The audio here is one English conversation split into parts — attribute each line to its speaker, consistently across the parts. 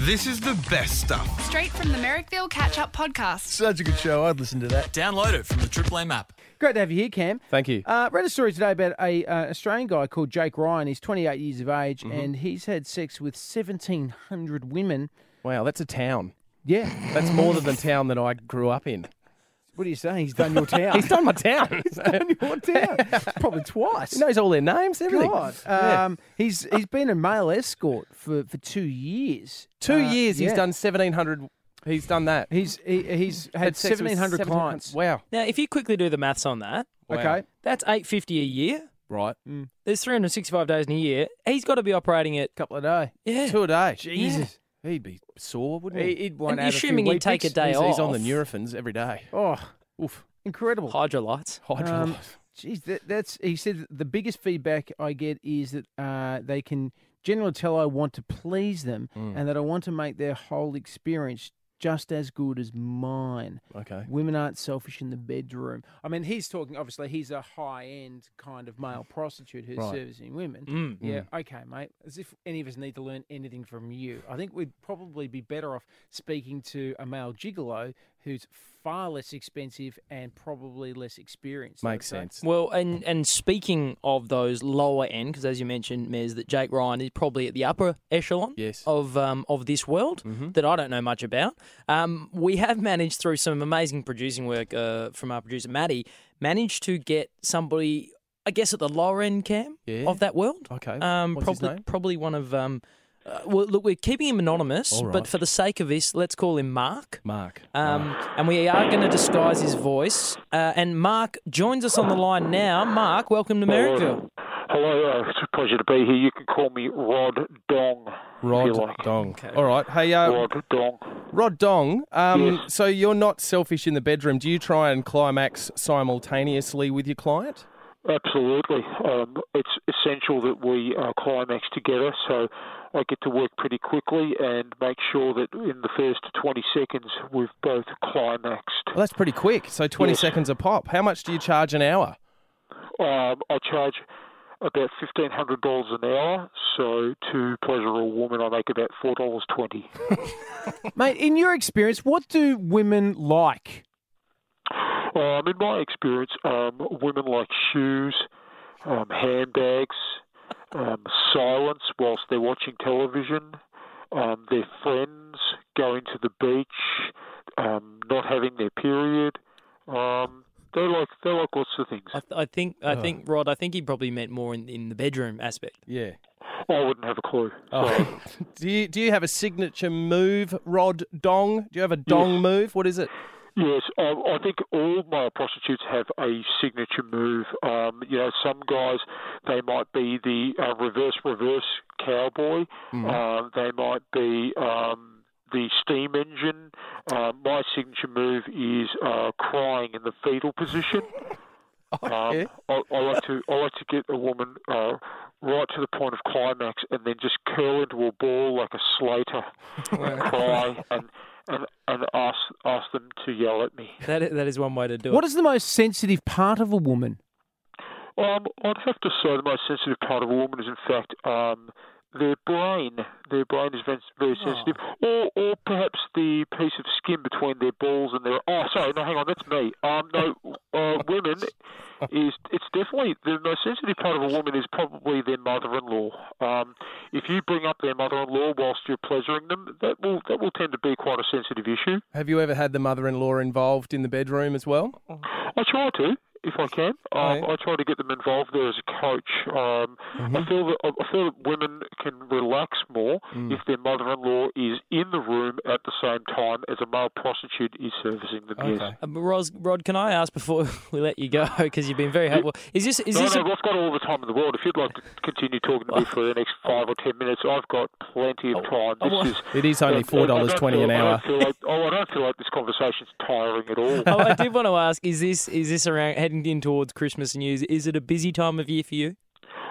Speaker 1: This is the best stuff.
Speaker 2: Straight from the Merrickville Catch Up Podcast.
Speaker 3: Such a good show. I'd listen to that.
Speaker 4: Download it from the Triple M app.
Speaker 5: Great to have you here, Cam.
Speaker 3: Thank you.
Speaker 5: Uh, read a story today about a uh, Australian guy called Jake Ryan. He's 28 years of age,
Speaker 3: Mm-hmm.
Speaker 5: and he's had sex with 1,700 women.
Speaker 3: Wow, that's a town.
Speaker 5: Yeah,
Speaker 3: That's more than the town that I grew up in.
Speaker 5: what do you say? He's done your town.
Speaker 3: He's done my town.
Speaker 5: What town? Probably twice.
Speaker 3: he knows all their names, everything.
Speaker 5: God.
Speaker 3: Yeah.
Speaker 5: Um, He's he's been a male escort for, for two years.
Speaker 3: Two
Speaker 5: Uh,
Speaker 3: years he's
Speaker 5: yeah.
Speaker 3: done 1,700. He's done that.
Speaker 5: He's he, he's had,
Speaker 3: Had sex with
Speaker 5: 1,700
Speaker 3: 1700
Speaker 5: clients.
Speaker 3: Wow.
Speaker 6: Now, if you quickly do the maths on that,
Speaker 3: Wow.
Speaker 5: Okay.
Speaker 6: that's eight fifty a year.
Speaker 3: Right.
Speaker 6: There's 365 days in a year. He's got to be operating at
Speaker 5: Couple of day.
Speaker 6: yeah.
Speaker 3: Two a day.
Speaker 5: Jesus.
Speaker 3: He'd be sore, wouldn't he?
Speaker 5: He, would want
Speaker 6: And
Speaker 5: to have a few
Speaker 6: assuming he'd
Speaker 5: wee
Speaker 6: take
Speaker 5: picks.
Speaker 6: a day
Speaker 3: he's,
Speaker 6: off.
Speaker 3: he's on the Nurophens every day.
Speaker 5: Oh,
Speaker 3: Oof.
Speaker 5: incredible.
Speaker 6: hydrolytes.
Speaker 3: Hydrolite.
Speaker 5: Um, Jeez, that, that's he said. that The biggest feedback I get is that uh, they can generally tell I want to please them, and that I want to make their whole experience just as good as mine.
Speaker 3: okay.
Speaker 5: Women aren't selfish in the bedroom. I mean, he's talking. Obviously, he's a high-end kind of male prostitute who's
Speaker 3: Right.
Speaker 5: servicing women.
Speaker 6: Mm.
Speaker 5: Yeah, okay, mate. As if any of us need to learn anything from you. I think we'd probably be better off speaking to a male gigolo who's far less expensive and probably less experienced. I would
Speaker 3: Makes
Speaker 5: say.
Speaker 3: sense.
Speaker 6: Well, and and speaking of those lower end, because as you mentioned, Mez, that Jake Ryan is probably at the upper echelon
Speaker 3: Yes. Mm-hmm.
Speaker 6: of um, of this world that I don't know much about. Um, we have managed through some amazing producing work uh, from our producer Maddie, managed to get somebody, I guess, at the lower end cam
Speaker 3: Yeah.
Speaker 6: of that world.
Speaker 3: Okay.
Speaker 6: Um,
Speaker 3: What's his
Speaker 6: probably
Speaker 3: name?
Speaker 6: probably one of um. Uh, well, look, we're keeping him anonymous,
Speaker 3: All right.
Speaker 6: but for the sake of this, let's call him Mark.
Speaker 3: Mark.
Speaker 6: Um, and we are going to disguise his voice. Uh, and Mark joins us on the line now. Mark, welcome to Merrickville.
Speaker 7: Hello, uh, it's a pleasure to be here. You can call me Rod Dong. if you
Speaker 3: Rod
Speaker 7: like.
Speaker 3: Dong. All right. Hey, uh,
Speaker 7: Rod Dong.
Speaker 3: Rod Dong, um,
Speaker 7: Yes.
Speaker 3: so you're not selfish in the bedroom. Do you try and climax simultaneously with your client?
Speaker 7: Absolutely. Um, it's essential that we uh, climax together, so I get to work pretty quickly and make sure that in the first 20 seconds we've both climaxed.
Speaker 3: Well, that's pretty quick. So 20
Speaker 7: Yes.
Speaker 3: seconds a pop. How much do you charge an hour?
Speaker 7: Um, I charge about $1,500 an hour, so to pleasure a woman I make about $4.20.
Speaker 5: Mate, in your experience, what do women like?
Speaker 7: Um, in my experience, um, women like shoes, um, handbags, um, silence whilst they're watching television, um, their friends, going to the beach, um, not having their period. Um, they like they like lots of things.
Speaker 6: I, th- I think, I
Speaker 3: Ah.
Speaker 6: think, Rod. I think he probably meant more in, in the bedroom aspect.
Speaker 3: Yeah.
Speaker 7: I wouldn't have a clue.
Speaker 3: Oh. do, you, do you have a signature move, Rod Dong? Do you have a Dong move? What is it?
Speaker 7: Yes, um, I think all male prostitutes have a signature move. Um, you know, some guys they might be the uh, reverse reverse cowboy. Um, they might be um, the steam engine. Uh, my signature move is uh, crying in the fetal position. Um, I, I like to I like to get a woman uh, right to the point of climax and then just curl into a ball like a Slater and cry and and, and ask ask them to yell at me.
Speaker 6: That i- that is one way to do
Speaker 5: What
Speaker 6: it.
Speaker 5: is the most sensitive part of a woman?
Speaker 7: Um, I'd have to say the most sensitive part of a woman is in fact um, their brain. Their brain is very, very sensitive, or or perhaps the piece of skin between their balls and their. Oh, sorry, no, hang on, that's me. Um, no, uh, women is it's definitely the most sensitive part of a woman is probably their mother-in-law. Um, if you bring up their mother-in-law whilst you're pleasuring them, that will that will tend to be quite a sensitive issue.
Speaker 3: Have you ever had the mother in law involved in the bedroom as well?
Speaker 7: I try to, if I can. Um,
Speaker 3: Right. Mm-hmm.
Speaker 7: I try to get them involved there as a coach. Um, I feel that I feel that women can relax more
Speaker 3: Mm.
Speaker 7: if their mother-in-law is in the room at the same time as a male prostitute is servicing them. Yes.
Speaker 6: Uh, but Ros, Rod, can I ask before we let you go because you've been very helpful? Is this is
Speaker 7: No,
Speaker 6: this
Speaker 7: no,
Speaker 6: a,
Speaker 7: I've got all the time in the world. If you'd like to continue talking to me for the next five or ten minutes, I've got plenty of time.
Speaker 6: well-
Speaker 7: This is
Speaker 3: Oh, It is only
Speaker 7: I- I- I
Speaker 3: $4.20
Speaker 7: don't
Speaker 3: an
Speaker 7: feel- I don't
Speaker 3: hour.
Speaker 7: feel like- oh, I don't feel like this conversation's tiring at all.
Speaker 6: oh, I did want to ask: Is this is this around heading in towards Christmas and New Year's? Is it a busy time of year for you?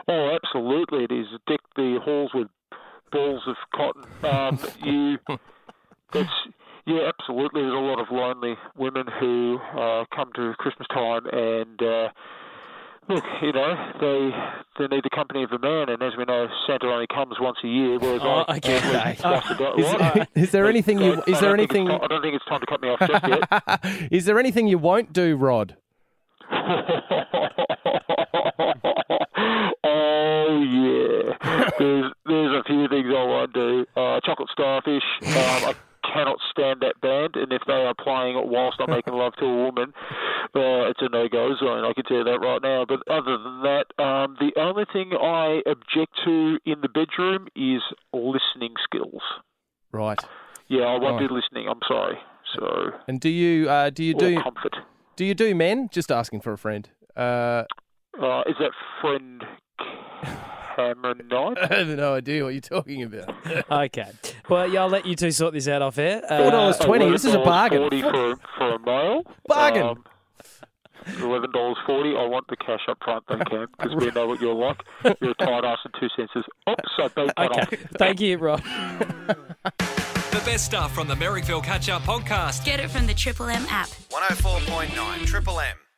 Speaker 7: Oh, absolutely, it is. Deck the halls with balls of cotton. Um, you, that's yeah, absolutely. There's a lot of lonely women who uh, come to Christmas time and uh, look, you know, they they need the company of a man, and as we know, Santa only comes once a year. Whereas
Speaker 6: Oh,
Speaker 7: I
Speaker 6: okay.
Speaker 7: just about-
Speaker 3: Is,
Speaker 7: what?
Speaker 3: is there anything you
Speaker 7: I
Speaker 3: is there
Speaker 7: don't think it's
Speaker 3: anything
Speaker 7: ti- I don't think it's time to cut me off just yet.
Speaker 3: is there anything you won't do, Rod?
Speaker 7: oh yeah, there's there's a few things I won't do. Uh, chocolate starfish. Um, I cannot stand that band, and if they are playing it whilst I'm making love to a woman, uh, it's a no-go zone. I can tell you that right now. But other than that, um, the only thing I object to in the bedroom is listening skills.
Speaker 3: Right.
Speaker 7: Yeah, I won't
Speaker 3: Right.
Speaker 7: be listening. I'm sorry. So
Speaker 3: And do you uh, do you
Speaker 7: or
Speaker 3: do
Speaker 7: comfort.
Speaker 3: do you do men? Just asking for a friend. Uh,
Speaker 7: Uh, is that friend Cameron Knight?
Speaker 3: I have no idea what you're talking about.
Speaker 6: Okay. Well, yeah, I'll let you two sort this out off air.
Speaker 3: Four dollars
Speaker 6: Uh,
Speaker 3: twenty. This is a bargain.
Speaker 7: Forty for for a male.
Speaker 3: Bargain.
Speaker 7: Um, Eleven dollars forty. I want the cash up front, though, Cam, because we know what you're like. You're a tight ass in two senses. Oops, I beat that off.
Speaker 6: Okay. Thank you, Rob.
Speaker 4: The best stuff from the Merrickville Catch Up podcast.
Speaker 8: Get it from the Triple M app.
Speaker 1: 104.9 Triple M.